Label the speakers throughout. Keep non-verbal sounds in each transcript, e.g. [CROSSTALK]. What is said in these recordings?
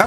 Speaker 1: อั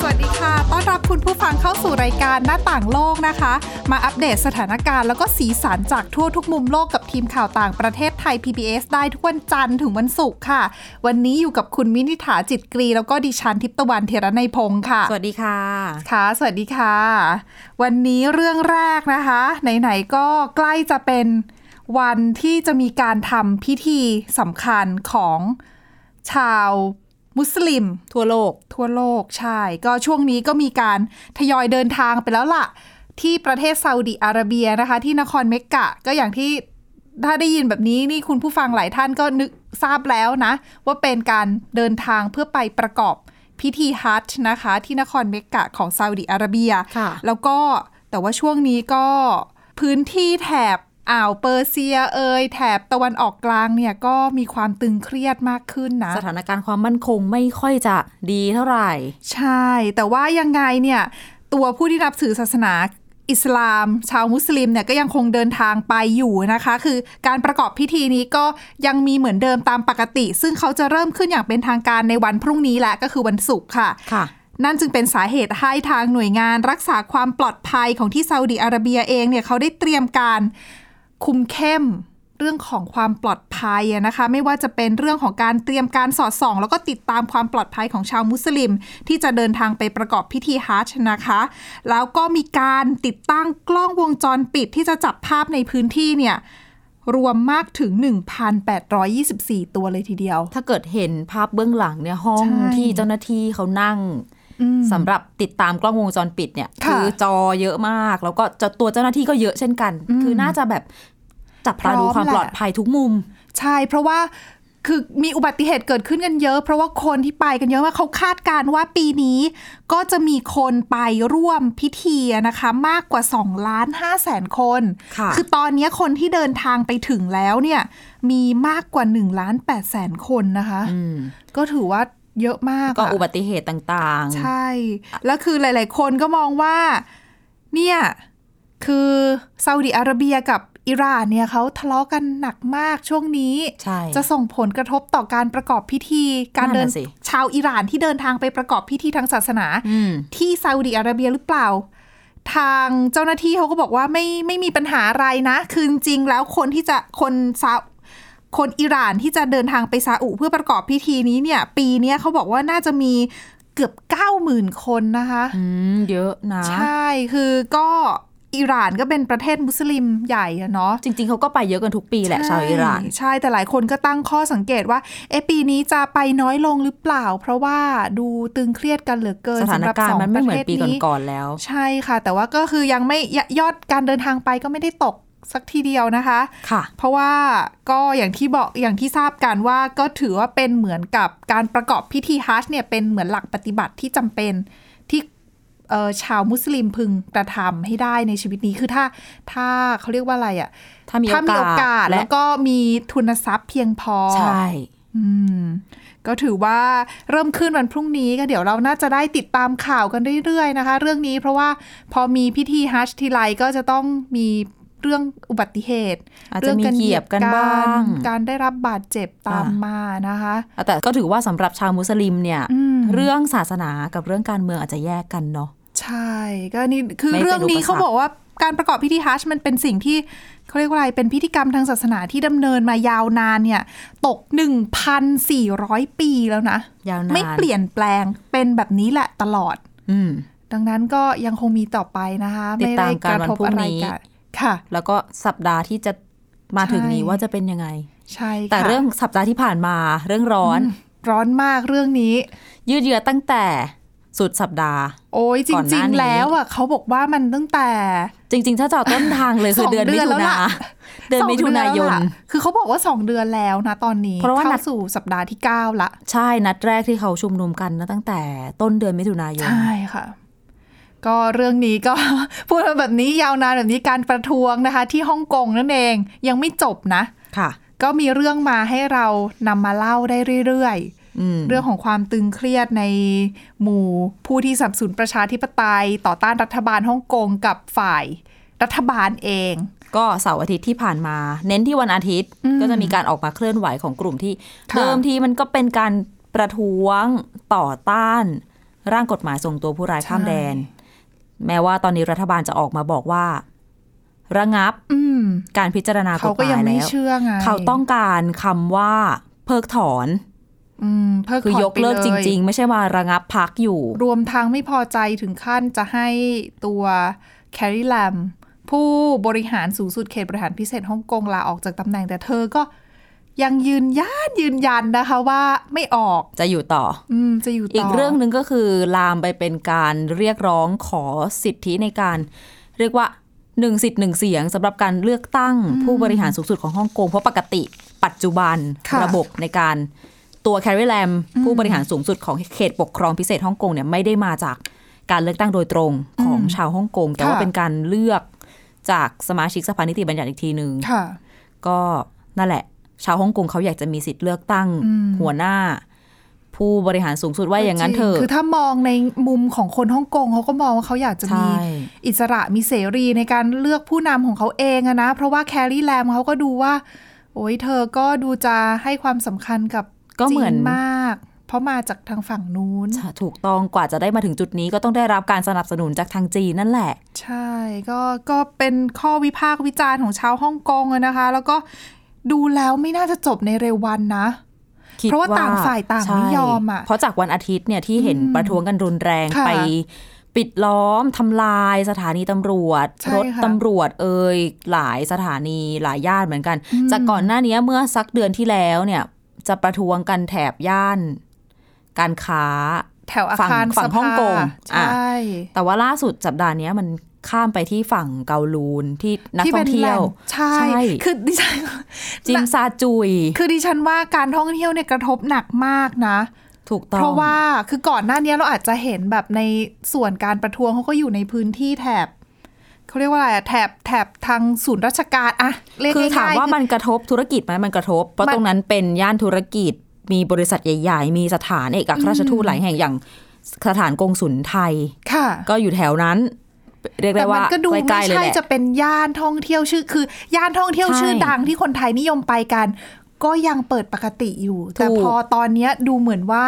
Speaker 2: สวัสดีค่ะ ต้อนรับคุณผู้ฟังเข้าสู่รายการหน้าต่างโลกนะคะ มาอัปเดตสถานการณ์แล้วก็สีสันจากทั่วทุกมุมโลกกับทีมข่าวต่างประเทศไทย PBS ได้ทุกวันจันทร์ถึงวันศุกร์ค่ะ วันนี้อยู่กับคุณมินิษฐาจิตกรี แล้วก็ดิฉันทิพย์ตะวันเทระในยพงค์ค่ะ
Speaker 3: สวัสดีค่ะ
Speaker 2: ค่ะ สวัสดีค่ะ วันนี้เรื่องแรกนะคะ ไหนๆก็ใกล้จะเป็นวันที่จะมีการทำพิธีสำคัญของชาวมุสลิม
Speaker 3: ทั่วโลก
Speaker 2: ทั่วโลกใช่ ก็ช่วงนี้ก็มีการทยอยเดินทางไปแล้วล่ะ ที่ประเทศซาอุดิอาระเบียนะคะ ที่นครเมกกะก็อย่างที่ถ้าได้ยินแบบนี้นี่คุณผู้ฟังหลายท่านก็นึกทราบแล้วนะ ว่าเป็นการเดินทางเพื่อไปประกอบพิธีฮัจญ์นะคะ ที่นครเมกกะของซาอุดิอาระเบีย
Speaker 3: ค่ะ
Speaker 2: แล้วก็แต่ว่าช่วงนี้ก็พื้นที่แถบอ่าวเปอร์เซียเอยแถบตะวันออกกลางเนี่ยก็มีความตึงเครียดมากขึ้นนะ
Speaker 3: สถานการณ์ความมั่นคงไม่ค่อยจะดีเท่าไหร่
Speaker 2: ใช่ แต่ว่ายังไงเนี่ยตัวผู้ที่นับถือศาสนาอิสลาม ชาวมุสลิมเนี่ยก็ยังคงเดินทางไปอยู่นะคะ คือการประกอบพิธีนี้ก็ยังมีเหมือนเดิมตามปกติ ซึ่งเขาจะเริ่มขึ้นอย่างเป็นทางการในวันพรุ่งนี้แหละก็คือวันศุกร์ค่ะ
Speaker 3: ค่ะ
Speaker 2: นั่นจึงเป็นสาเหตุให้ทางหน่วยงานรักษาความปลอดภัยของที่ซาอุดิอาระเบียเองเนี่ยเขาได้เตรียมการคุมเข้มเรื่องของความปลอดภัยอะนะคะ ไม่ว่าจะเป็นเรื่องของการเตรียมการสอดส่อง แล้วก็ติดตามความปลอดภัยของชาวมุสลิม ที่จะเดินทางไปประกอบพิธีฮัจญ์นะคะ แล้วก็มีการติดตั้งกล้องวงจรปิดที่จะจับภาพในพื้นที่เนี่ยรวมมากถึง 1,824 ตัวเลยทีเดียว
Speaker 3: ถ้าเกิดเห็นภาพเบื้องหลังเนี่ยห้อง
Speaker 2: ใช่
Speaker 3: ที่เจ้าหน้าที่เขานั่ง
Speaker 2: อืม
Speaker 3: สำหรับติดตามกล้องวงจรปิดเนี่ย
Speaker 2: ค่ะ
Speaker 3: อจอเยอะมาก แล้วก็จะตัวเจ้าหน้าที่ก็เยอะเช่นกัน คือน่าจะแบบจับพระดูความปลอดภัยทุกมุม
Speaker 2: ใช่ เพราะว่าคือมีอุบัติเหตุเกิดขึ้นกันเยอะ เพราะว่าคนที่ไปกันเยอะมากเขาคาดการณ์ว่าปีนี้ ก็จะมีคนไปร่วมพิธีอะนะคะ มากกว่า2ล้าน5แสนคน
Speaker 3: ค่ะ
Speaker 2: อตอนนี้คนที่เดินทางไปถึงแล้วเนี่ยมีมากกว่า1ล้าน8แสนคนนะคะ
Speaker 3: อืม
Speaker 2: ก็ถือว่าเยอะมาก
Speaker 3: ก็
Speaker 2: อะ
Speaker 3: อุบัติเหตุต่าง
Speaker 2: ใช่ แล้วคือหลาย ๆ คนก็มองว่า เนี่ย คือซาอุดิอาระเบียกับอิหร่านเนี่ยเขาทะเลาะกันหนักมากช่วงนี้
Speaker 3: ๆ ใช่
Speaker 2: จะส่งผลกระทบต่อการประกอบพิธี การเดิ
Speaker 3: นั่นน่ะสิ
Speaker 2: ชาวอิหร่านที่เดินทางไปประกอบพิธีทางศาสนา
Speaker 3: อืม
Speaker 2: ที่ซาอุดิอาระเบียหรือเปล่า ทางเจ้าหน้าที่เขาก็บอกว่าไม่ไม่มีปัญหาอะไรนะ คือจริงๆแล้วคนที่จะคนซาคนอิหร่านที่จะเดินทางไปซาอุเพื่อประกอบพิธีนี้เนี่ย ปีเนี้ยเขาบอกว่าน่าจะมีเกือบ 90,000 คนนะคะ
Speaker 3: อืม เยอะนะ
Speaker 2: ใช่คือก็อิหร่านก็เป็นประเทศมุสลิมใหญ่อะเนาะ
Speaker 3: จริง ๆเขาก็ไปเยอะกันทุกปีแหละชาวอิหร่าน
Speaker 2: ใช่ใช่แต่หลายคนก็ตั้งข้อสังเกตว่าเอะปีนี้จะไปน้อยลงหรือเปล่า เพราะว่าดูตึงเครียดกันเหลือเกิน
Speaker 3: สถาน
Speaker 2: สำหบ
Speaker 3: การ
Speaker 2: ส
Speaker 3: ณ์
Speaker 2: ง
Speaker 3: มันไม่เหมือนปี
Speaker 2: ระทศ
Speaker 3: ก่อนๆแล้ว
Speaker 2: ใช่ค่ะ แต่ว่าก็คือยังไม่ยยอดการเดินทางไปก็ไม่ได้ตกสักทีเดียวนะคะ
Speaker 3: ค่ะ
Speaker 2: เพราะว่าก็อย่างที่บอกอย่างที่ทราบกันว่าก็ถือว่าเป็นเหมือนกับการประกอบพิธีฮัจญ์เนี่ยเป็นเหมือนหลักปฏิบัติที่จำเป็นที่เอ่อชาวมุสลิมพึงกระทำให้ได้ในชีวิตนี้คือถ้าถ้าเขาเรียกว่าอะไรอะ
Speaker 3: ถ้ามี
Speaker 2: ถ้ามีโอกาส
Speaker 3: และ
Speaker 2: แล้วก็มีทุนทรัพย์เพียงพอ
Speaker 3: ใช่
Speaker 2: อืมก็ถือว่าเริ่มขึ้นวันพรุ่งนี้ก็เดี๋ยวเราน่าจะได้ติดตามข่าวกันเรื่อยๆนะคะ เรื่องนี้เพราะว่าพอมีพิธีฮัจญ์ทีไรก็จะต้องมีเรื่องอุบัติเหตุ
Speaker 3: อาจจะ
Speaker 2: เรื่
Speaker 3: มีเหยียบกันบ้าง
Speaker 2: การได้รับบาดเจ็บตามมานะคะ
Speaker 3: แต่ก็ถือว่าสำหรับชาวมุสลิมเนี่ย
Speaker 2: อืม
Speaker 3: เรื่องศาสนากับเรื่องการเมืองอาจจะแยกกันเนาะ
Speaker 2: ใช่ก็นี่คือ
Speaker 3: ไม่เป็น
Speaker 2: เรื่องนี้
Speaker 3: อุปสรรค
Speaker 2: เขาบอกว่าการประกอบพิธีฮัจญ์มันเป็นสิ่งที่เขาเรียกว่าอะไรเป็นพิธีกรรมทางศาสนาที่ดำเนินมายาวนานเนี่ย ตก 1,400 ปีแล้วนะ
Speaker 3: ยาวนาน
Speaker 2: ไม่เปลี่ยนแปลงเป็นแบบนี้แหละตลอด
Speaker 3: อืม
Speaker 2: ดังนั้นก็ยังคงมีต่อไปนะคะ
Speaker 3: ติดตามการ
Speaker 2: ไไ
Speaker 3: วันพรุ่งนี้
Speaker 2: ค่ะ
Speaker 3: แล้วก็สัปดาห์ที่จะมาถึงนี้
Speaker 2: ใช่
Speaker 3: ว่าจะเป็นยังไง
Speaker 2: ใช่ค่ะ
Speaker 3: แต่เรื่องสัปดาห์ที่ผ่านมาเรื่องร้อน
Speaker 2: ร้อนมากเรื่องนี้
Speaker 3: ยืดเยื้อตั้งแต่สุดสัปดาห์
Speaker 2: โอ้ยจ
Speaker 3: ก่อนห
Speaker 2: ริ
Speaker 3: น้าง นี้
Speaker 2: ๆ แล้วอ่ะเขาบอกว่ามันตั้งแต่
Speaker 3: จริง ๆ ถ้าเจอต้นทางเลยคือ
Speaker 2: สอง
Speaker 3: เดือน
Speaker 2: เดื
Speaker 3: มิ
Speaker 2: อน
Speaker 3: ถุ
Speaker 2: แล้ว
Speaker 3: นา
Speaker 2: ล่ะ
Speaker 3: เดือนมิถุนา
Speaker 2: ส
Speaker 3: ย
Speaker 2: องเดือน แล้วล่ะคือเขาบอกว่า 2 เดือนแล้วนะตอนนี้
Speaker 3: เพราะว่านั
Speaker 2: เข้า
Speaker 3: ด
Speaker 2: สู่สัปดาห์ที่ 9 ละ
Speaker 3: ใช่นัดแรกที่เขาชุมนุมกันนะตั้งแต่ต้นเดือนมิถุนายน
Speaker 2: ใช่ค่ะ ก็เรื่องนี้ก็ พูดมาแบบนี้ยาวนานแบบนี้การประท้วงนะคะ ที่ฮ่องกงนั่นเองยังไม่จบนะ
Speaker 3: ค่ะ
Speaker 2: ก็มีเรื่องมาให้เรานำมาเล่าได้เรื่อย ๆ
Speaker 3: อืม
Speaker 2: เรื่องของความตึงเครียดในหมู่ผู้ที่สนับสนุนประชาธิปไตย ต่อต้านรัฐบาลฮ่องกงกับฝ่ายรัฐบาลเอง
Speaker 3: ก็เสาร์อาทิตย์ที่ผ่านมา เน้นที่วันอาทิตย์
Speaker 2: อืม
Speaker 3: ก็จะมีการออกมาเคลื่อนไหวของกลุ่มที่
Speaker 2: ค่ะ
Speaker 3: เดิมทีมันก็เป็นการประท้วงต่อต้าน ร่างกฎหมายส่งตัวผู้ร้ายข้ามแดน แม้ว่าตอนนี้รัฐบาลจะออกมาบอกว่า ระงับ
Speaker 2: อืม
Speaker 3: การพิจารณาก
Speaker 2: เขา
Speaker 3: ฎห
Speaker 2: ก็ยั
Speaker 3: มาง ย
Speaker 2: ไม่
Speaker 3: แล้ว
Speaker 2: เชื่อไง
Speaker 3: เขาต้องการคำว่าเพิกถอน
Speaker 2: อืมเพิก
Speaker 3: คือ
Speaker 2: ถอน
Speaker 3: ยกเลิก
Speaker 2: ไป
Speaker 3: จริง ๆ ไม่ใช่มาระงับพักอยู่
Speaker 2: รวมทางไม่พอใจถึงขั้นจะให้ตัวแคร์รีแลมผู้บริหารสูงสุดเขตบริหารพิเศษฮ่องกงลาออกจากตำแหน่งแต่เธอก็ยังยืนยันยืนยันนะคะว่าไม่ออก
Speaker 3: จะอยู่ต่อ
Speaker 2: อืมจะอยู่ต่อ
Speaker 3: อี
Speaker 2: อี
Speaker 3: กเรื่องหนึ่งก็คือลามไปเป็นการเรียกร้องขอสิทธิในการ เรียกว่าหนึ่งสิทธิ์หนึ่งเสียงสำหรับการเลือกตั้งผู้บริหารสูงสุดของฮ่องกง เพราะปกติปัจจุบัน
Speaker 2: ค่ะ
Speaker 3: ระบบในการตัวแคริแลม
Speaker 2: อืม
Speaker 3: ผู้บริหารสูงสุดของเขตปกครองพิเศษฮ่องกงเนี่ยไม่ได้มาจากการเลือกตั้งโดยตรงของ
Speaker 2: อืม
Speaker 3: ชาวฮ่องกง แต่ว่า
Speaker 2: ค่ะ
Speaker 3: เป็นการเลือกจากสมาชิกสภานิติบัญญัติอีกทีหนึ่ง
Speaker 2: ค่ะ
Speaker 3: ก็นั่นแหละ ชาวฮ่องกงเขาอยากจะมีสิทธิ์เลือกตั้ง
Speaker 2: อืม
Speaker 3: หัวหน้า ผู้บริหารสูงสุดว่าอย่างนั้นเถอะ
Speaker 2: คือถ้ามองในมุมของคนฮ่องกงเขาก็มองว่าเขาอยากจะ
Speaker 3: ใช่
Speaker 2: มีอิสระมีเสรีในการเลือกผู้นำของเขาเองอะนะ เพราะว่าแคร์รี่แลมเขาก็ดูว่า โอ้ยเธอก็ดูจะให้ความสำคัญกับ
Speaker 3: ก็เหมือน
Speaker 2: จีมาก เพราะมาจากทางฝั่งนู้น
Speaker 3: ถูกต้องกว่าจะได้มาถึงจุดนี้ก็ต้องได้รับการสนับสนุนจากทางจีนนั่นแหละ
Speaker 2: ใช่ก็ก็เป็นข้อวิพากษ์วิจารณ์ของชาวฮ่องกงอะนะคะ แล้วก็ดูแล้วไม่น่าจะจบในเร็ววันนะ
Speaker 3: คิด
Speaker 2: เพราะว่าต่างฝ่ายต่างไม่
Speaker 3: ใช่
Speaker 2: ยอมอะ
Speaker 3: เพราะจากวันอาทิตย์เนี่ยที่เห็นประท้วงกันรุนแรง
Speaker 2: ค่ะ
Speaker 3: ไปปิดล้อมทำลายสถานีตำรวจ
Speaker 2: ใช่
Speaker 3: รถ
Speaker 2: ค่ะ
Speaker 3: ตำรวจเอ่ยหลายสถานีหลายย่านเหมือนกัน
Speaker 2: อืม
Speaker 3: จากก่อนหน้านี้เมื่อสักเดือนที่แล้วเนี่ยจะประท้วงกันแถบย่าน การค้า
Speaker 2: แถวอา
Speaker 3: ฝั่ง
Speaker 2: คาร
Speaker 3: ฝั่ง
Speaker 2: สภา
Speaker 3: ฮ่องกง
Speaker 2: ใช
Speaker 3: อ่ะ
Speaker 2: ่
Speaker 3: แต่ว่าล่าสุดสัปดาห์เนี้ยมันข้ามไปที่ฝั่งเกาลูนที่นักท่องเที่ยว
Speaker 2: ป็นแหล่งใช่
Speaker 3: ใช่
Speaker 2: คือดิฉัน
Speaker 3: จิมซาจุย
Speaker 2: คือดิฉันว่าการท่องเที่ยวเนี่ยกระทบหนักมากนะ
Speaker 3: ถูกต้อง
Speaker 2: เพราะว่าคือก่อนหน้านี้เราอาจจะเห็นแบบในส่วนการประท้วงเขาก็อยู่ในพื้นที่แถบเขาเรียกว่าอะไรอะแถบแถบทางศูนย์ราชการอะเรียก
Speaker 3: คือถาม
Speaker 2: ง่ยๆ
Speaker 3: ว่ามันกระทบธุรกิจไหมมันกระทบ เพราะ
Speaker 2: มัน
Speaker 3: ตรงนั้นเป็นย่านธุรกิจ มีบริษัทใหญ่ ๆ มีสถานเอกอัครราชทูต
Speaker 2: อืม
Speaker 3: หลายแห่งอย่างสถานกงสุลไทย
Speaker 2: ค่ะ
Speaker 3: ก็อยู่แถวนั้น เรียกได้
Speaker 2: แต่มั
Speaker 3: ว่าน
Speaker 2: ก็ดู
Speaker 3: ใกล้
Speaker 2: ไม่
Speaker 3: ๆเลย
Speaker 2: ใช่
Speaker 3: แหละ
Speaker 2: จะเป็นย่านท่องเที่ยวชื่อ คือย่านท่องเที่ยว
Speaker 3: ใช่
Speaker 2: ชื่อดังที่คนไทยนิยมไปกัน ก็ยังเปิดปกติอยู่ แต่
Speaker 3: ถูก
Speaker 2: พอตอนเนี้ยดูเหมือนว่า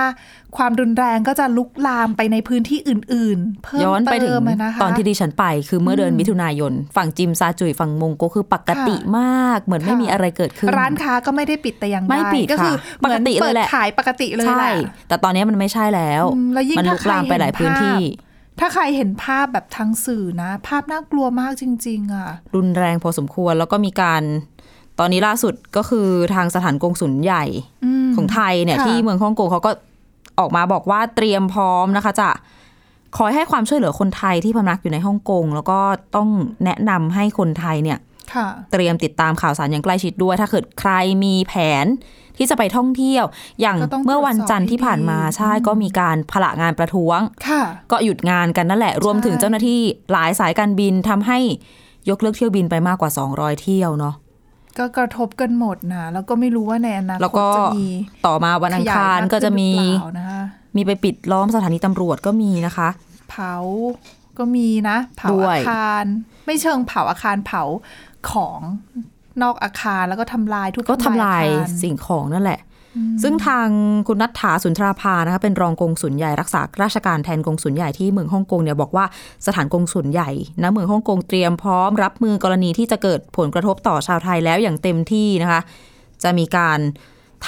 Speaker 2: ความรุนแรงก็จะลุกลามไปในพื้นที่อื่น ๆ เพิ่ม
Speaker 3: ย้อนไป
Speaker 2: เติ
Speaker 3: ถึง
Speaker 2: มะนะคะ
Speaker 3: ตอนที่ดิฉันไปคือเมื่อเดือนมิถุนายน ฝั่งจิมซาจุยฝั่งมงโกคือปกติมาก เหมือนไม่
Speaker 2: ค่ะ
Speaker 3: มีอะไรเกิดขึ้น
Speaker 2: ร้านค้าก็ไม่ได้ปิดแต่อย่างใ
Speaker 3: ไม่ปิด
Speaker 2: ก็คือ
Speaker 3: ค่ะ
Speaker 2: เหมือน
Speaker 3: ปกติเลย
Speaker 2: เปิด
Speaker 3: แหละ
Speaker 2: ขายปกติเลย
Speaker 3: ใช่
Speaker 2: แหละ
Speaker 3: แต่ตอนนี้มันไม่ใช่แล้ว
Speaker 2: อืมแล้วยิ่ง
Speaker 3: มัน
Speaker 2: ถ้า
Speaker 3: ลุก
Speaker 2: ใคร
Speaker 3: ลามไปหลายพื้นที่
Speaker 2: เห็ภาพถ้าใครเห็นภาพแบบทางสื่อนะ ภาพน่ากลัวมากจริง ๆ อ่ะ
Speaker 3: รุนแรงพอสมควรแล้วก็มีการ ตอนนี้ล่าสุดก็คือทางสถานกงสุลใหญ่
Speaker 2: อืม
Speaker 3: ของไทยเนี่ย
Speaker 2: ค่ะ
Speaker 3: ที่เมืองฮ่องกงเขาก็ออกมาบอกว่าเตรียมพร้อมนะคะ จะคอยให้ความช่วยเหลือคนไทยที่พำนักอยู่ในฮ่องกงแล้วก็ต้องแนะนำให้คนไทยเนี่ย
Speaker 2: ค่ะ
Speaker 3: เตรียมติดตามข่าวสารอย่างใกล้ชิดด้วย ถ้าเกิดใครมีแผนที่จะไปท่องเที่ยว อย่าง
Speaker 2: ก็ต้อง
Speaker 3: เมื่อวันจันทร์ที่ผ่านมา
Speaker 2: ตรวจสอบให้ดี
Speaker 3: ใช่ก็มีการผละงานประท้วง
Speaker 2: ค่ะ
Speaker 3: ก็หยุดงานกันนั่นแหละ รวมถึงเจ้าหน้าที่หลายสายการบินทำให้ยกเลิกเที่ยวบินไปมากกว่า 200 เที่ยวเนาะ
Speaker 2: ก็กระทบกันหมดนะ แล้วก็ไม่รู้ว่าในอนาค
Speaker 3: แล้ว
Speaker 2: ต
Speaker 3: ก็
Speaker 2: จะมี
Speaker 3: ต่อมาวันอังคาร
Speaker 2: ขยย
Speaker 3: ก็จะมี
Speaker 2: หรือเปล่านะคะ
Speaker 3: มีไปปิดล้อมสถานีตำรวจก็มีนะคะ
Speaker 2: เผาก็มีนะ เผา
Speaker 3: ด้วย
Speaker 2: อาคาร ไม่เชิงเผาอาคารเผาของนอกอาคารแล้วก็ทำลายทุก
Speaker 3: ก็ทำลาย
Speaker 2: อคร
Speaker 3: สิ่งของนั่นแหละ ซึ่งทางคุณนัทถาสุนทราภานะคะเป็นรองกงสุลใหญ่รักษาราชการแทนกงสุลใหญ่ที่เมืองฮ่องกงเนี่ยบอกว่าสถานกงสุลใหญ่นะเมืองฮ่องกงเตรียมพร้อมรับมือกรณีที่จะเกิดผลกระทบต่อชาวไทยแล้วอย่างเต็มที่นะคะ จะมีการ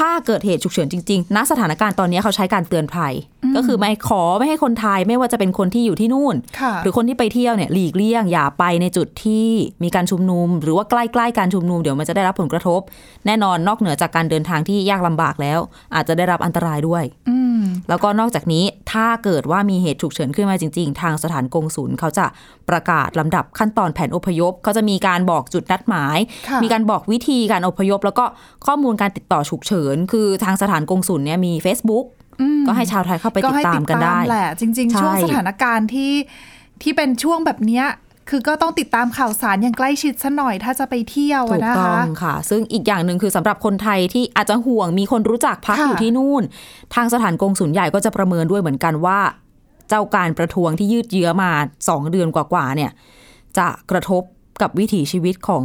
Speaker 3: ถ้าเกิดเหตุฉุกเฉินจริงๆณสถานการณ์ตอนนี้เขาใช้การเตือนภัย
Speaker 2: อืม
Speaker 3: ก็คือไม่ขอไม่ให้คนไทยไม่ว่าจะเป็นคนที่อยู่ที่นู่น
Speaker 2: ค่ะ
Speaker 3: หรือคนที่ไปเที่ยวเนี่ยหลีกเลี่ยงอย่าไปในจุดที่มีการชุมนุม หรือว่าใกล้ๆการชุมนุมเดี๋ยวมันจะได้รับผลกระทบ แน่นอนนอกเหนือจากการเดินทางที่ยากลำบากแล้ว อาจจะได้รับอันตรายด้วย
Speaker 2: อืม
Speaker 3: แล้วก็นอกจากนี้ถ้าเกิดว่ามีเหตุฉุกเฉินขึ้นมาจริง ๆ ทางสถานกงศูนย์เขาจะประกาศลำดับขั้นตอนแผนอพยพเขาจะมีการบอกจุดนัดหมาย
Speaker 2: ค่ะ
Speaker 3: มีการบอกวิธีการอพยพ แล้วก็ข้อมูลการติดต่อฉุกเฉิน คือทางสถานกงศูนย์เนี่ยมี Facebook
Speaker 2: อืม
Speaker 3: ก็ให้ชาวไทยเข้าไปติดตามกันได้
Speaker 2: แหละ จริงๆ
Speaker 3: ใช่
Speaker 2: ช่วงสถานการณ์ที่ที่เป็นช่วงแบบเนี้ย คือก็ต้องติดตามข่าวสารอย่างใกล้ชิดซะหน่อยถ้าจะไปเที่ยว
Speaker 3: ถู
Speaker 2: อะ
Speaker 3: ก
Speaker 2: นะ
Speaker 3: ต้อ
Speaker 2: คะ
Speaker 3: งค่ะ ซึ่งอีกอย่างหนึ่งคือสำหรับคนไทยที่อาจจะห่วงมีคนรู้จักพัก
Speaker 2: ค่ะ
Speaker 3: อยู่ที่นู่น ทางสถานกงศูนย์ใหญ่ก็จะประเมินด้วยเหมือนกันว่า เจ้าการประท้วงที่ยืดเยื้อมา 2 เดือนกว่าๆเนี่ย จะกระทบกับวิถีชีวิตของ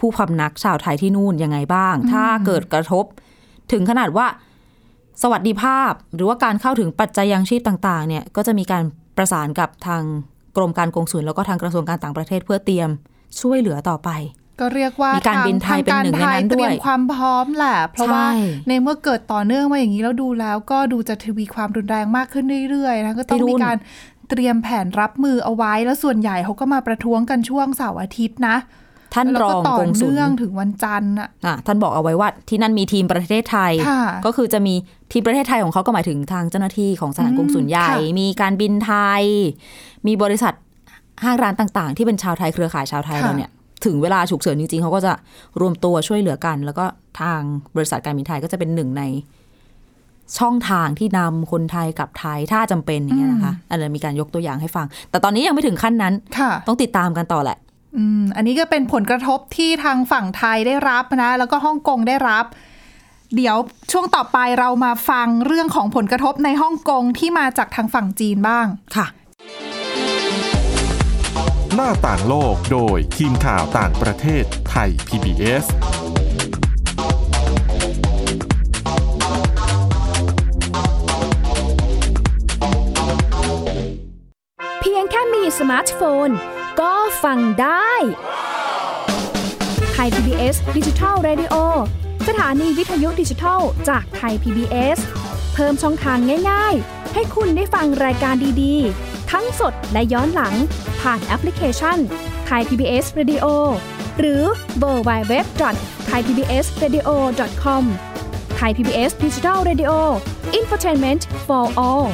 Speaker 3: ผู้พำนักชาวไทยที่นู่นยังไงบ้าง ถ้าเกิดกระทบ ถึงขนาดว่า สวัสดิภาพ หรือว่าการเข้าถึงปัจจัยยังชีพต่างๆ เนี่ยก็จะมีการประสานกับทางกรมการกงศูนแล้วก็ทางกระทรวงการต่างประเทศเพื่อเตรียมช่วยเหลือต่อไป
Speaker 2: ก็เรียกว่า
Speaker 3: มีการบินไทยเป็นหนึ่งในนั้นด้วย
Speaker 2: เตรียมความพร้อมแหละ เพราะว่า
Speaker 3: ใช่
Speaker 2: ในเมื่อเกิดต่อเนื่องมาอย่างนี้แล้วดูแล้ว ก็ดูจะทวีความรุนแรงมากขึ้นเรื่อยๆนะก็ต้องมีการเตรียมแผนรับมือเอาไว้ แล้วส่วนใหญ่เขาก็มาประท้วงกันช่วงเสาร์อาทิตย์นะ
Speaker 3: ท่าน
Speaker 2: แล้ว
Speaker 3: ร
Speaker 2: ก็
Speaker 3: อง
Speaker 2: ต่อก
Speaker 3: งศูน
Speaker 2: เนื่อง
Speaker 3: ย์
Speaker 2: ถึงวันจันทร์น่ะ
Speaker 3: อ่ะท่านบอกเอาไว้ว่าที่นั่นมีทีมประเทศไทย
Speaker 2: ค่ะ
Speaker 3: ก็คือจะมีทีมประเทศไทยของเขาก็หมายถึงทางเจ้าหน้าที่ของสถานกงศูนย์ใหญ่
Speaker 2: ค่ะ
Speaker 3: มีการบินไทย มีบริษัทห้างร้านต่างๆ ที่เป็นชาวไทยเครือข่ายชาวไทยเราเนี่ยถึงเวลาฉุกเฉินจริงๆเขาก็จะรวมตัวช่วยเหลือกัน แล้วก็ทางบริษัทการบินไทยก็จะเป็นหนึ่งใน ช่องทางที่นำคนไทยกลับไทยถ้าจำเป็นอย่างเงี้ยนะคะอันนี้มีการยกตัวอย่างให้ฟัง แต่ตอนนี้ยังไม่ถึงขั้นนั้น
Speaker 2: ค่ะ
Speaker 3: ต้องติดตามกันต่อแหละ
Speaker 2: อืมอันนี้ก็เป็นผลกระทบที่ทางฝั่งไทยได้รับนะ แล้วก็ฮ่องกงได้รับ เดี๋ยวช่วงต่อไปเรามาฟังเรื่องของผลกระทบในฮ่องกงที่มาจากทางฝั่งจีนบ้าง
Speaker 3: ค่ะ
Speaker 1: หน้าต่างโลกโดยทีมข่าวต่างประเทศไทย PBS
Speaker 4: เพียงแค่มีสมาร์ทโฟน ก็ฟังได้ไทย PBS ดิจิทัล Radio สถานีวิทยุดิจิทัลจากไทย PBS เพิ่มช่องทางง่ายๆ ให้คุณได้ฟังรายการดีๆ ทั้งสดและย้อนหลัง ผ่านแอปพลิเคชันไทย PBS Radio หรือเวอร์ไบเว็บไทยพีบีเอสเรดิโอคอมไทยพีบีเอสดิจิทัลเรดิโออินฟอร์ทนเมนต์ for all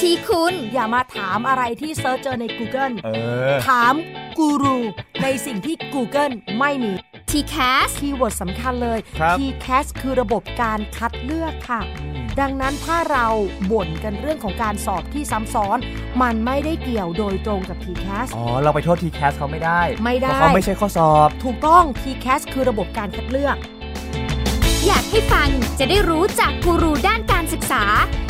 Speaker 5: ทีคุณอย่ามาถามอะไรที่เซิร์ชเจอใน Google
Speaker 6: เออ
Speaker 5: ถามกูรูในสิ่งที่ Google ไม่มี
Speaker 4: t c a s
Speaker 5: คีย์เวิร์ดสำคัญเลย
Speaker 6: ครับ
Speaker 5: T-CAS คือระบบการคัดเลือกค่ะ ดังนั้นถ้าเราบ่นกันเรื่องของการสอบที่ซ้ำซ้อน มันไม่ได้เกี่ยวโดยตรงกับ T-CAS
Speaker 6: อ๋อ เราไปโทษทีแคสเขาไม่ได้
Speaker 5: ไม่ได้
Speaker 6: เพราะเขาไม่ใช่ข้อสอบ
Speaker 5: ถูกต้อง T-CAS คือระบบการคัดเลือก
Speaker 4: อยากให้ฟังจะได้รู้จากกูรูด้านการศึกษา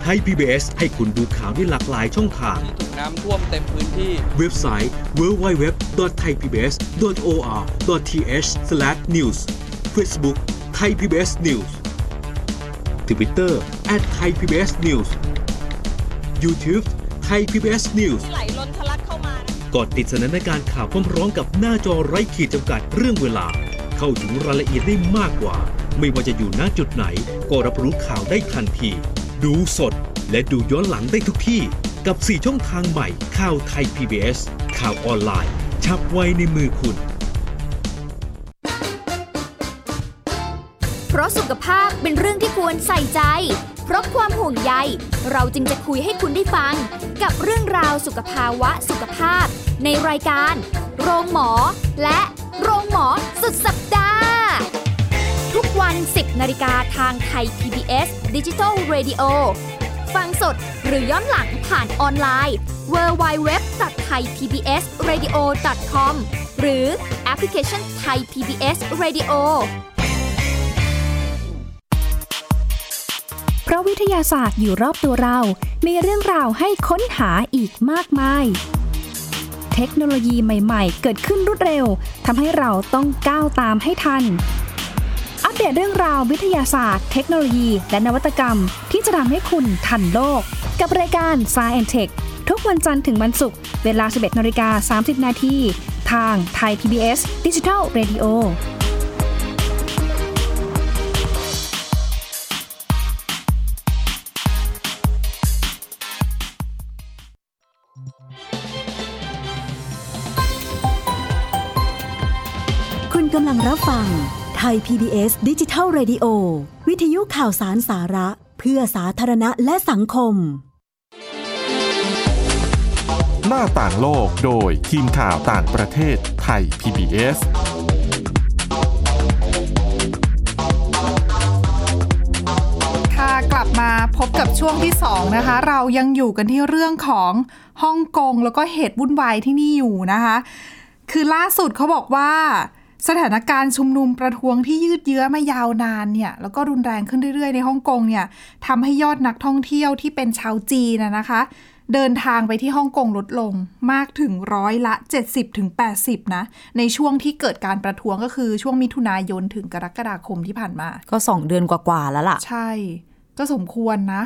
Speaker 7: ไทย PBS ให้คุณดูข่าวได้หลากหลายช่องทาง
Speaker 8: ที่ถูกน้ำท่วมเต็มพื้นที่
Speaker 7: เว็บไซต์ www.thaipbs.or.th/news Facebook Thai PBS News Twitter @thaipbsnews YouTube Thai PBS News ไหลล้นทะลักเข้ามากดติดสนันในการข่าวพร้อมร้องกับหน้าจอไร้ขีดจำกัดเรื่องเวลา เข้าถึงรายละเอียดได้มากกว่า ไม่ว่าจะอยู่ณจุดไหน ก็รับรู้ข่าวได้ทันที ดูสดและดูย้อนหลังได้ทุกที่ กับ 4 ช่องทางใหม่ข่าวไทย PBS ข่าวออนไลน์ ชับไว้ในมือคุณ
Speaker 4: เพราะสุขภาพเป็นเรื่องที่ควรใส่ใจ เพราะความห่วงใย เราจึงจะคุยให้คุณได้ฟัง กับเรื่องราวสุขภาวะสุขภาพ ในรายการ โรงหมอ และโรงหมอสุดสัปดาห์ ทุกวัน 10นาฬิกาทางไทย PBS d i g i ดิจิ Radio ฟังสดหรือย้อนหลังผ่านออนไลน์ www.thaipbsradio.com หรือแอปพลิเคชัน Thai PBS Radio เพราะวิทยาศาสตร์อยู่รอบตัวเรา มีเรื่องราวให้ค้นหาอีกมากมาย เทคโนโลยีใหม่ๆ เกิดขึ้นรวดเร็ว ทำให้เราต้องก้าวตามให้ทัน อัปเดตเรื่องราววิทยาศาสตร์ เทคโนโลยี และนวัตกรรม ที่จะทำให้คุณทันโลก กับรายการ s ซ e n t e c h ทุกวันจันทร์ถึงวันศุกร์ เวลา 11นาฬิกา30 นาที ทางไทย PBS Digital Radio
Speaker 1: ห
Speaker 8: รับฟังไทย PBS ดิจิทัล Radio วิทยุข่าวสารสาระ เพื่อสาธารณะและสังคม
Speaker 1: หน้าต่างโลกโดยทีมข่าวต่างประเทศไทย PBS
Speaker 2: ค่ะกลับมาพบกับช่วงที่ 2 นะคะ เรายังอยู่กันที่เรื่องของฮ่องกงแล้วก็เหตุวุ่นวายที่นี่อยู่นะคะ คือล่าสุดเขาบอกว่า สถานการณ์ชุมนุมประท้วงที่ยืดเยื้อมายาวนานเนี่ยแล้วก็รุนแรงขึ้นเรื่อยๆในฮ่องกงเนี่ยทำให้ยอดนักท่องเที่ยวที่เป็นชาวจีนนะนะคะ เดินทางไปที่ฮ่องกงลดลงมากถึงร้อยละ 70-80 นะ ในช่วงที่เกิดการประท้วงก็คือช่วงมิถุนายนถึงกรกฎาคมที่ผ่านมา
Speaker 3: ก็สองเดือนกว่าๆแล้วล่ะ
Speaker 2: ใช่ ก็สมควรนะ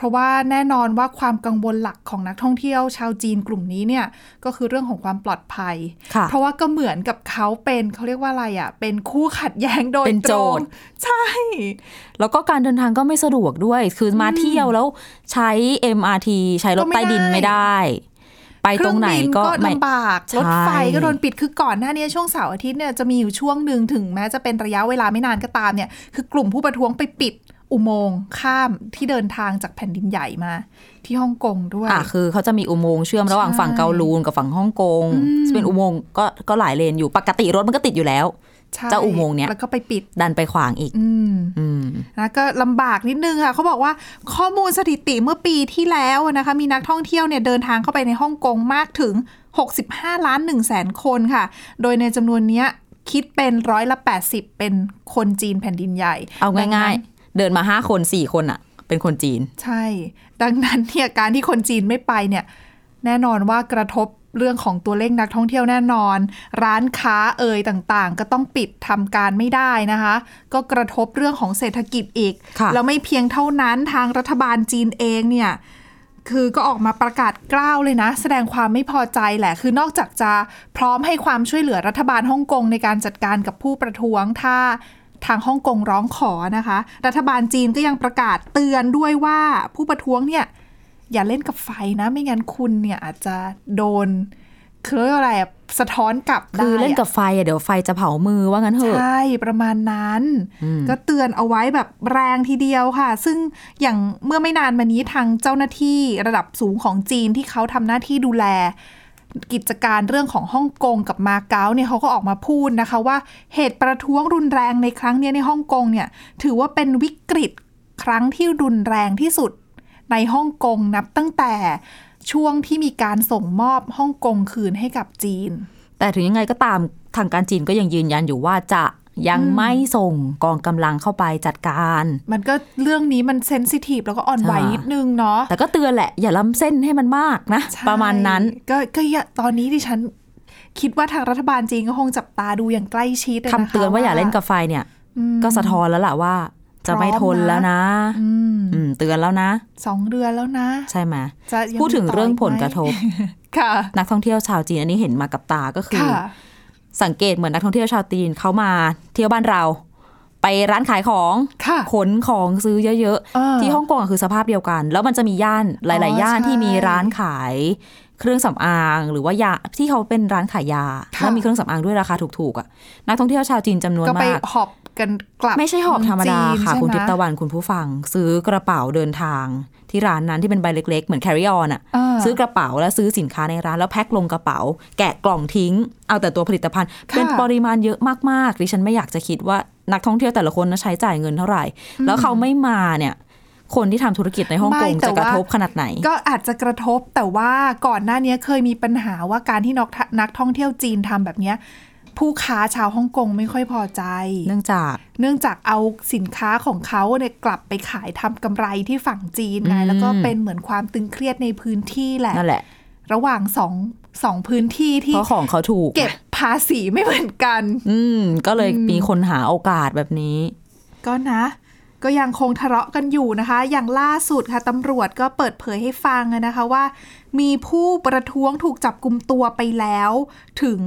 Speaker 2: เพราะว่าแน่นอนว่าความกังวลหลักของนักท่องเที่ยวชาวจีนกลุ่มนี้เนี่ย ก็คือเรื่องของความปลอดภัย
Speaker 3: ค่ะ
Speaker 2: เพราะว่าก็เหมือนกับเขาเป็นเขาเรียกว่าอะไรอะ่ะ เป็นคู่ขัดแย้งโดย
Speaker 3: เป็น
Speaker 2: ต
Speaker 3: โจ
Speaker 2: รง
Speaker 3: ทย์
Speaker 2: ใช่
Speaker 3: แล้วก็การเดินทางก็ไม่สะดวกด้วย คือมาเที่ยวแล้วใช้ MRT ใช้รถใต้ดิน
Speaker 2: ก็ไม่
Speaker 3: ไม่
Speaker 2: ได้
Speaker 3: ได้ ไป
Speaker 2: เค
Speaker 3: ตรงไหน
Speaker 2: บิ
Speaker 3: ก็ไม่
Speaker 2: ลำบาก
Speaker 3: ใช่
Speaker 2: รถไฟก็โดนปิดคือก่อนหน้านี้ช่วงเสาร์อาทิตย์เนี่ยจะมีอยู่ช่วงหนึ่งถึงแม้จะเป็นระยะเวลาไม่นานก็ตามเนี่ยคือกลุ่มผู้ประท้วงไปปิดอุโมงค์ข้ามที่เดินทางจากแผ่นดินใหญ่มา ที่ฮ่องกงด้วย
Speaker 3: อ่ะคือเขาจะมีอุโมงค์เชื่อมระหว่าง
Speaker 2: ใช่
Speaker 3: ฝั่งเกาลูนกับฝั่งฮ่องกง
Speaker 2: อืม
Speaker 3: ซึ่งเป็นอุโมงค์ก็ก็หลายเลนอยู่ปกติรถมันก็ติดอยู่แล้ว
Speaker 2: ใช่
Speaker 3: เจ้าอุโมงค์เนี่ย
Speaker 2: แล้วก็ไปปิด
Speaker 3: ดันไปขวางอีก
Speaker 2: อืม
Speaker 3: อืม
Speaker 2: นะก็ลำบากนิดนึงค่ะเขาบอกว่าข้อมูลสถิติเมื่อปีที่แล้วนะคะ มีนักท่องเที่ยวเนี่ยเดินทางเข้าไปในฮ่องกงมากถึง 65 ล้าน1แสนคนค่ะ โดยในจำนวนเนี้ยคิดเป็นร้อยละ 80 เป็นคนจีนแผ่นดินใหญ่
Speaker 3: เอา
Speaker 2: ดั
Speaker 3: ง่า
Speaker 2: นั้
Speaker 3: ย
Speaker 2: น
Speaker 3: ๆ เดินมาห้าคนสี่คนอ่ะ เป็นคนจีน
Speaker 2: ใช่ ดังนั้นเนี่ยการที่คนจีนไม่ไปเนี่ยแน่นอนว่ากระทบเรื่องของตัวเลขนักท่องเที่ยวแน่นอน ร้านค้าเอ่ยต่างๆ ก็ต้องปิดทำการไม่ได้นะคะ ก็กระทบเรื่องของเศรษฐกิจอีก
Speaker 3: ค่ะ
Speaker 2: แล้วไม่เพียงเท่านั้นทางรัฐบาลจีนเองเนี่ย คือก็ออกมาประกาศกล้าวเลยนะ แสดงความไม่พอใจแหละ คือนอกจากจะพร้อมให้ความช่วยเหลือรัฐบาลฮ่องกงในการจัดการกับผู้ประท้วงถ้าทางฮ่องกงร้องขอนะคะ รัฐบาลจีนก็ยังประกาศเตือนด้วยว่าผู้ประท้วงเนี่ย อย่าเล่นกับไฟนะ ไม่งั้นคุณเนี่ยอาจจะโดนคือเรียกว่าอะไรอะสะท้อนกลับได้
Speaker 3: คือเล่น
Speaker 2: อะ
Speaker 3: กับไฟอ่ะเดี๋ยวไฟจะเผามือว่างั้นเถอะ
Speaker 2: ใช่ประมาณนั้น ก็เตือนเอาไว้แบบแรงทีเดียวค่ะ ซึ่งอย่างเมื่อไม่นานมานี้ทางเจ้าหน้าที่ระดับสูงของจีนที่เขาทำหน้าที่ดูแล กิจการเรื่องของฮ่องกงกับมาเก๊าเนี่ยเขาก็ออกมาพูดนะคะว่าเหตุประท้วงรุนแรงในครั้งเนี้ยในฮ่องกงเนี่ยถือว่าเป็นวิกฤตครั้งที่รุนแรงที่สุด ในฮ่องกงนับตั้งแต่ช่วงที่มีการส่งมอบฮ่องกงคืนให้กับจีน
Speaker 3: แต่ถึงยังไงก็ตามทางการจีนก็ยังยืนยันอยู่ว่าจะยังไม่ส่งกองกำลังเข้าไปจัดการ
Speaker 2: มันก็เรื่องนี้มันเซนซิทีฟแล้วก็อ่อนไหว
Speaker 3: ใช่
Speaker 2: นิดนึงเนาะ
Speaker 3: [LAUGHS] แต่ก็เตือนแหละ อย่าล้ำเส้นให้มันมากนะ
Speaker 2: ใช่
Speaker 3: ประมาณนั้น
Speaker 2: ก็ก็อย่าตอนนี้ดิฉัน คิดว่าทางรัฐบาลจีนก็คงจับตาดูอย่างใกล้ชิดะะ
Speaker 3: คำเตือนว่าอย่าเล่นกับไฟเนี่ย
Speaker 2: อืม
Speaker 3: ก็สะท้อนแล้วล่ะว่า จะไม่ทนแล้วนะ
Speaker 2: อืม
Speaker 3: อืมเตือนแล้วนะ
Speaker 2: สองเดือนแล้วนะ
Speaker 3: ใช่ไหม
Speaker 2: จะยั
Speaker 3: พูดถึง
Speaker 2: ต่
Speaker 3: เรื่องผล
Speaker 2: ไหม
Speaker 3: กระทบ
Speaker 2: ค่ะ
Speaker 3: นักท่องเที่ยวชาวจีนอันนี้เห็นมากับตาก็คือ
Speaker 2: ค่ะ
Speaker 3: สังเกตเหมือนนักท่องเที่ยวชาวจีนเขามาเที่ยวบ้านเรา ไปร้านขายของ
Speaker 2: ค่ะ
Speaker 3: ขนของซื้อเยอะ
Speaker 2: เออ
Speaker 3: ๆ ที่ฮ่องกงอะคือสภาพเดียวกัน แล้วมันจะมีย่านหลาย
Speaker 2: อ๋อ
Speaker 3: ๆ ย่าน
Speaker 2: ใช่
Speaker 3: ที่มีร้านขาย เครื่องสำอางหรือว่ายาที่เขาเป็นร้านขายยา
Speaker 2: ค่ะ
Speaker 3: แล้วมีเครื่องสำอางด้วยราคาถูกๆอ่ะนักท่องเที่ยวชาวจีนจำนวน
Speaker 2: ก็ไป
Speaker 3: มาก
Speaker 2: หอบกันกลับ
Speaker 3: ไม่ใช่หอบธรรมดา
Speaker 2: จีน
Speaker 3: ค่ะ
Speaker 2: ใช่
Speaker 3: คุณ
Speaker 2: ไหม
Speaker 3: ทิพย์ตะวันคุณผู้ฟัง ซื้อกระเป๋าเดินทาง ที่ร้านนั้นที่เป็นใบเล็ก ๆ เหมือน carry on อ่ะ
Speaker 2: เออ
Speaker 3: ซื้อกระเป๋าแล้วซื้อสินค้าในร้านแล้วแพ็คลงกระเป๋า แกะกล่องทิ้ง เอาแต่ตัวผลิตภัณฑ์
Speaker 2: ค่ะ
Speaker 3: เป็นปริมาณเยอะมากๆดิฉันไม่อยากจะคิดว่านักท่องเที่ยวแต่ละคนนะใช้จ่ายเงินเท่าไหร่ แล้วเขาไม่มาเนี่ย คนที่ทำธุรกิจในฮ่องกง
Speaker 2: ไม่แต่
Speaker 3: จะกระทบ
Speaker 2: ว่า
Speaker 3: ขนาดไหน
Speaker 2: ก็อาจจะกระทบแต่ว่าก่อนหน้านี้เคยมีปัญหาว่าการที่นักนักท่องเที่ยวจีนทำแบบเนี้ยผู้ค้าชาวฮ่องกงไม่ค่อยพอใจ
Speaker 3: เนื่องจาก
Speaker 2: เนื่องจากเอาสินค้าของเขาเนี่ยกลับไปขายทำกำไรที่ฝั่งจีนไง
Speaker 3: อืม
Speaker 2: แล้วก็เป็นเหมือนความตึงเครียดในพื้นที่แหละ
Speaker 3: นั่นแหละ
Speaker 2: ระหว่างสองสองพื้นที่ที่
Speaker 3: เพราะของเขาถูก
Speaker 2: เก็บภาษีไม่เหมือนกัน
Speaker 3: อืม ก็เลยมีคนหาโอกาสแบบนี้
Speaker 2: ก็นะ ก็ยังคงทะเลาะกันอยู่นะคะ อย่างล่าสุดค่ะตำรวจก็เปิดเผยให้ฟังนะคะว่า มีผู้ประท้วงถูกจับกลุ่มตัวไปแล้วถึง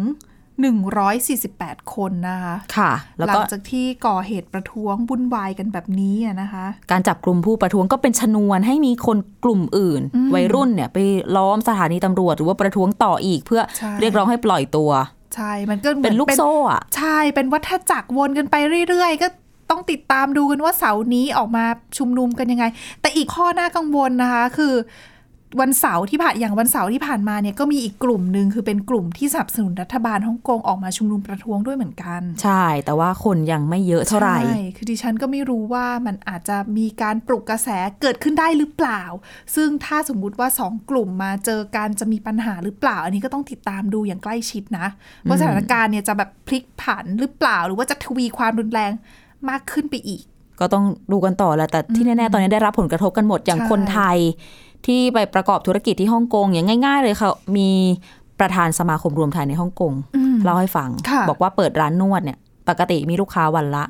Speaker 2: 148 คนนะคะ
Speaker 3: ค่ะ แล้ว
Speaker 2: หลั
Speaker 3: ก็
Speaker 2: งจากที่ก่อเหตุประท้วงวุ่นวายกันแบบนี้อะนะคะ
Speaker 3: การจับกลุ่มผู้ประท้วงก็เป็นชนวนให้มีคนกลุ่มอื่น
Speaker 2: อืม
Speaker 3: วัยรุ่นเนี่ยไปล้อมสถานีตำรวจหรือว่าประท้วงต่ออีก เพื่อ
Speaker 2: ใช่
Speaker 3: เรียกร้องให้ปล่อยตัว
Speaker 2: ใช่มันก็หมื
Speaker 3: เป็
Speaker 2: อน
Speaker 3: ลูกโซ่อะ
Speaker 2: ใช่เป็นวัฏจักรวนกันไปเรื่อยๆ ก็ต้องติดตามดูกันว่าเสาร์นี้ออกมาชุมนุมกันยังไง แต่อีกข้อน่ากังวลนะคะ คือวันเสาร์ที่ผ่านอย่างวันเสาร์ที่ผ่านมาเนี่ยก็มีอีกกลุ่มหนึ่งคือเป็นกลุ่มที่สนับสนุนรัฐบาลฮ่องกงออกมาชุมนุมประท้วงด้วยเหมือนกัน
Speaker 3: ใช่ แต่ว่าคนยังไม่เยอะเท่าไหร่
Speaker 2: ใช่ คือดิฉันก็ไม่รู้ว่ามันอาจจะมีการปลุกกระแสเกิดขึ้นได้หรือเปล่า ซึ่งถ้าสมมุติว่าสองกลุ่มมาเจอกันจะมีปัญหาหรือเปล่า อันนี้ก็ต้องติดตามดูอย่างใกล้ชิดนะ ว่าสถานการณ์เนี่ยจะแบบพลิกผันหรือเปล่า หรือว่าจะทวีความรุนแรงมากขึ้นไปอีก
Speaker 3: ก็ต้องดูกันต่อแหละแต่ที่แน่ๆ ตอนนี้ได้รับผลกระทบกันหมดอย่าง
Speaker 2: ใช่
Speaker 3: คนไทย ที่ไปประกอบธุรกิจที่ฮ่องกงอย่างง่าย ๆ เลยค่ะ มีประธานสมาคมรวมไทยในฮ่องกง
Speaker 2: อืม
Speaker 3: เล่าให้ฟัง
Speaker 2: ค่ะ
Speaker 3: บอกว่าเปิดร้านนวดเนี่ย ปกติมีลูกค้าวันละ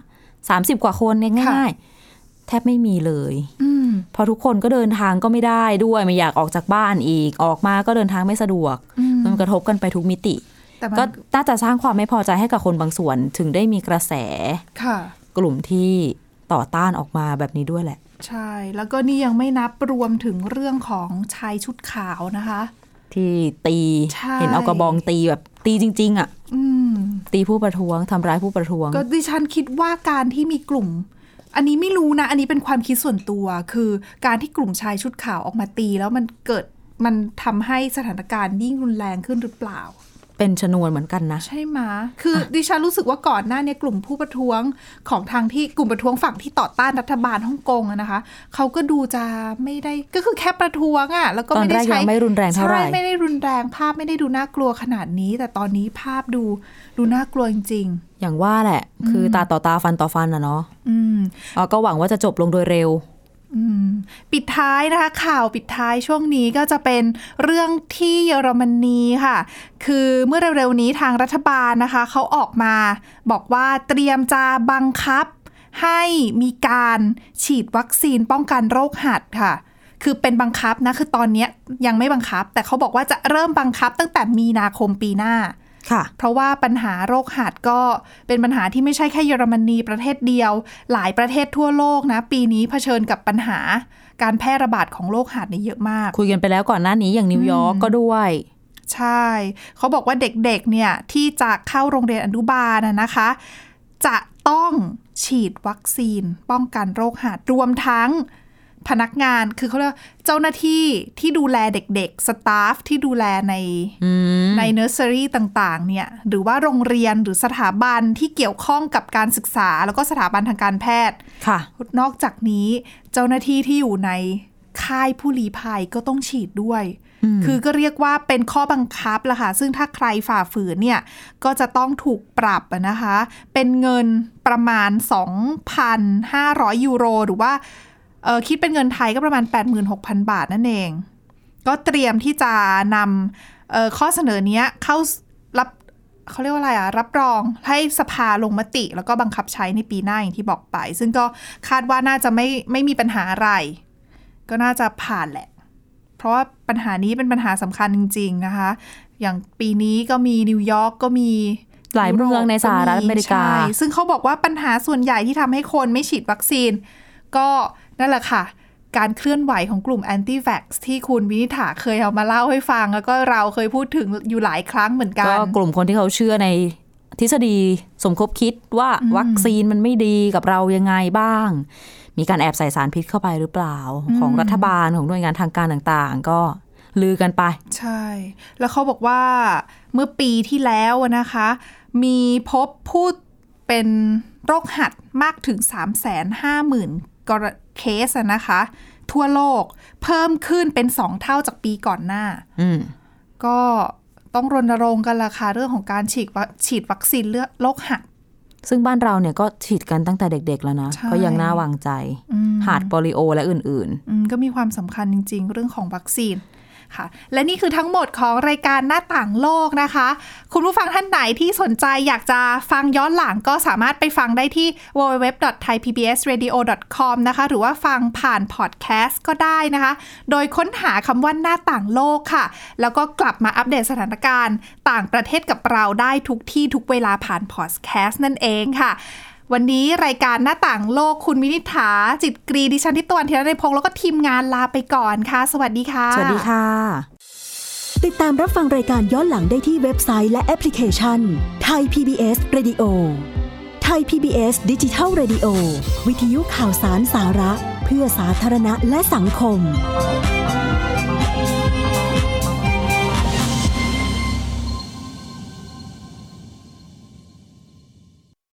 Speaker 3: 30 กว่าคนเนี่ยง่ายๆ แทบไม่มีเลย
Speaker 2: อืม
Speaker 3: เพราะทุกคนก็เดินทางก็ไม่ได้ด้วย ไม่อยากออกจากบ้านอีกออกมาก็เดินทางไม่สะดวก
Speaker 2: อืม
Speaker 3: มันกระทบกันไปทุกมิติ
Speaker 2: แต่มั
Speaker 3: ก็
Speaker 2: น
Speaker 3: น่าจะสร้างความไม่พอใจให้กับคนบางส่วนถึงได้มีกระแส
Speaker 2: ค่ะ
Speaker 3: กลุ่มที่ต่อต้านออกมาแบบนี้ด้วยแหละ
Speaker 2: ใช่ แล้วก็นี่ยังไม่นับรวมถึงเรื่องของชายชุดขาวนะคะ
Speaker 3: ที่ตี
Speaker 2: ใช่
Speaker 3: เห็นเอากระบองตีแบบตีจริง ๆ อ่ะ
Speaker 2: อืม
Speaker 3: ตีผู้ประท้วงทำร้ายผู้ประท้วง
Speaker 2: ก็ดิฉันคิดว่าการที่มีกลุ่ม อันนี้ไม่รู้นะ อันนี้เป็นความคิดส่วนตัว คือการที่กลุ่มชายชุดขาวออกมาตี แล้วมันเกิดมันทำให้สถานการณ์ยิ่งรุนแรงขึ้นหรือเปล่า
Speaker 3: เป็นชนวนเหมือนกันนะ
Speaker 2: ใช่ไหมะคืออดิฉันรู้สึกว่าก่อนหน้าเนี่ยกลุ่มผู้ประท้วงของทางที่กลุ่มประท้วงฝั่งที่ต่อต้านรัฐบาลฮ่องกงอะนะคะ เขาก็ดูจะไม่ได้ก็คือแค่ประท้วงอะแล้วก็ไม่
Speaker 3: ตอน
Speaker 2: ได้
Speaker 3: แรก
Speaker 2: ใช้
Speaker 3: ยังไม่รุนแรงเท่าไหร่
Speaker 2: ใช่ไม่ได้รุนแรงภาพไม่ได้ดูน่ากลัวขนาดนี้ แต่ตอนนี้ภาพดูดูน่ากลัวจริง
Speaker 3: อย่างว่าแหละ คือตาต่อตาฟันต่อฟันนะเนาะ
Speaker 2: ๆ อืม
Speaker 3: เอาก็หวังว่าจะจบลงโดยเร็ว
Speaker 2: อืมปิดท้ายนะคะ ข่าวปิดท้ายช่วงนี้ก็จะเป็นเรื่องที่เยอรมนีค่ะ คือเมื่อเร็วๆนี้ทางรัฐบาลนะคะ เขาออกมาบอกว่าเตรียมจะบังคับ ให้มีการฉีดวัคซีนป้องกันโรคหัดค่ะ คือเป็นบังคับนะ คือตอนเนี้ยยังไม่บังคับ แต่เขาบอกว่าจะเริ่มบังคับตั้งแต่มีนาคมปีหน้า
Speaker 3: ค่ะ
Speaker 2: เพราะว่าปัญหาโรคหัดก็เป็นปัญหาที่ไม่ใช่แค่เยอรมนีประเทศเดียว หลายประเทศทั่วโลกนะ ปีนี้เผชิญกับปัญหาการแพร่ระบาดของโรคหัดเนี่ยเยอะมาก
Speaker 3: คุยกันไปแล้วก่อนหน้านี้อย่างนิวยอร์กก็ด้วย
Speaker 2: ใช่ เขาบอกว่าเด็กๆ เนี่ย ที่จะเข้าโรงเรียนอนุบาลนะนะคะ จะต้องฉีดวัคซีน ป้องกันโรคหัดรวมทั้งพนักงานคือเขาเรียกว่าเจ้าหน้าที่ที่ดูแลเด็กๆ สตาฟที่ดูแลใน
Speaker 3: อืม
Speaker 2: ในเนอร์เซอรี่ต่างๆ เนี่ย หรือว่าโรงเรียนหรือสถาบันที่เกี่ยวข้องกับการศึกษา แล้วก็สถาบันทางการแพทย์
Speaker 3: ค่ะ
Speaker 2: นอกจากนี้เจ้าหน้าที่ที่อยู่ในค่ายผู้ลี้ภัยก็ต้องฉีดด้วย คือก็เรียกว่าเป็นข้อบังคับละค่ะ ซึ่งถ้าใครฝ่าฝืนเนี่ย ก็จะต้องถูกปรับอะนะคะ เป็นเงินประมาณ 2,500 ยูโร หรือว่าเอ่อคิดเป็นเงินไทยก็ประมาณ 86,000 บาทนั่นเอง ก็เตรียมที่จะนำเอ่อข้อเสนอเนี้ยเข้ารับเขาเรียกว่าอะไรอะรับรองให้สภาลงมติ แล้วก็บังคับใช้ในปีหน้าอย่างที่บอกไป ซึ่งก็คาดว่าน่าจะไม่ไม่มีปัญหาอะไร ก็น่าจะผ่านแหละ เพราะว่าปัญหานี้เป็นปัญหาสำคัญจริง ๆ นะคะ อย่างปีนี้ก็มีนิวยอร์กก็มี
Speaker 3: หลายเมืองในสหรัฐอเมริกา
Speaker 2: ใช่ซึ่งเขาบอกว่าปัญหาส่วนใหญ่ที่ทำให้คนไม่ฉีดวัคซีน ก็นั่นแหละค่ะ การเคลื่อนไหวของกลุ่มแอนตี้แฟกซ์ที่คุณวินิษฐาเคยเอามาเล่าให้ฟัง แล้วก็เราเคยพูดถึงอยู่หลายครั้งเหมือนกั
Speaker 3: ก็
Speaker 2: น
Speaker 3: กลุ่มคนที่เขาเชื่อในทฤษฎีสมคบคิดว่าวัคซีนมันไม่ดีกับเรายังไงบ้าง มีการแอบใส่สารพิษเข้าไปหรือเปล่า ของรัฐบาลของหน่วยงานทางการต่างๆ ก็ลือกันไป
Speaker 2: ใช่ แล้วเขาบอกว่าเมื่อปีที่แล้วนะคะ มีพบผู้เป็นโรคหัดมากถึง 350,000กรณีเคสอะนะคะ ทั่วโลกเพิ่มขึ้นเป็น 2 เท่าจากปีก่อนหน้า
Speaker 3: อืม
Speaker 2: ก็ต้องรณรงค์กันละค่ะเรื่องของการฉีดวัคฉีดวัคซีนเลือกโรคหัด
Speaker 3: ซึ่งบ้านเราเนี่ยก็ฉีดกันตั้งแต่เด็กๆแล้วนะ
Speaker 2: ใช่
Speaker 3: ก็ยังน่าวางใจ หาดโปลิโอและอื่น
Speaker 2: อืมก็มีความสำคัญจริง ๆ เรื่องของวัคซีนค่ะ และนี่คือทั้งหมดของรายการหน้าต่างโลกนะคะ คุณผู้ฟังท่านไหนที่สนใจอยากจะฟังย้อนหลังก็สามารถไปฟังได้ที่ www.thaipbsradio.com นะคะ หรือว่าฟังผ่านพอดแคสต์ก็ได้นะคะ โดยค้นหาคำว่าหน้าต่างโลกค่ะ แล้วก็กลับมาอัปเดตสถานการณ์ ต่างประเทศกับเราได้ทุกที่ทุกเวลาผ่านพอดแคสต์นั่นเองค่ะ วันนี้รายการหน้าต่างโลกคุณวินิษฐา จิตกรีดิฉันทิ่ตวันเทียนในพงษ์แล้วก็ทีมงานลาไปก่อนค่ะ สวัสดีค่ะ
Speaker 3: ๆ สวัสดีค่ะ
Speaker 5: ติดตามรับฟังรายการย้อนหลังได้ที่เว็บไซต์และแอปพลิเคชันไทย PBS Radio ไทย PBS ดิจิทัล Radio วิทยุข่าวสารสาระ เพื่อสาธารณะและสังคม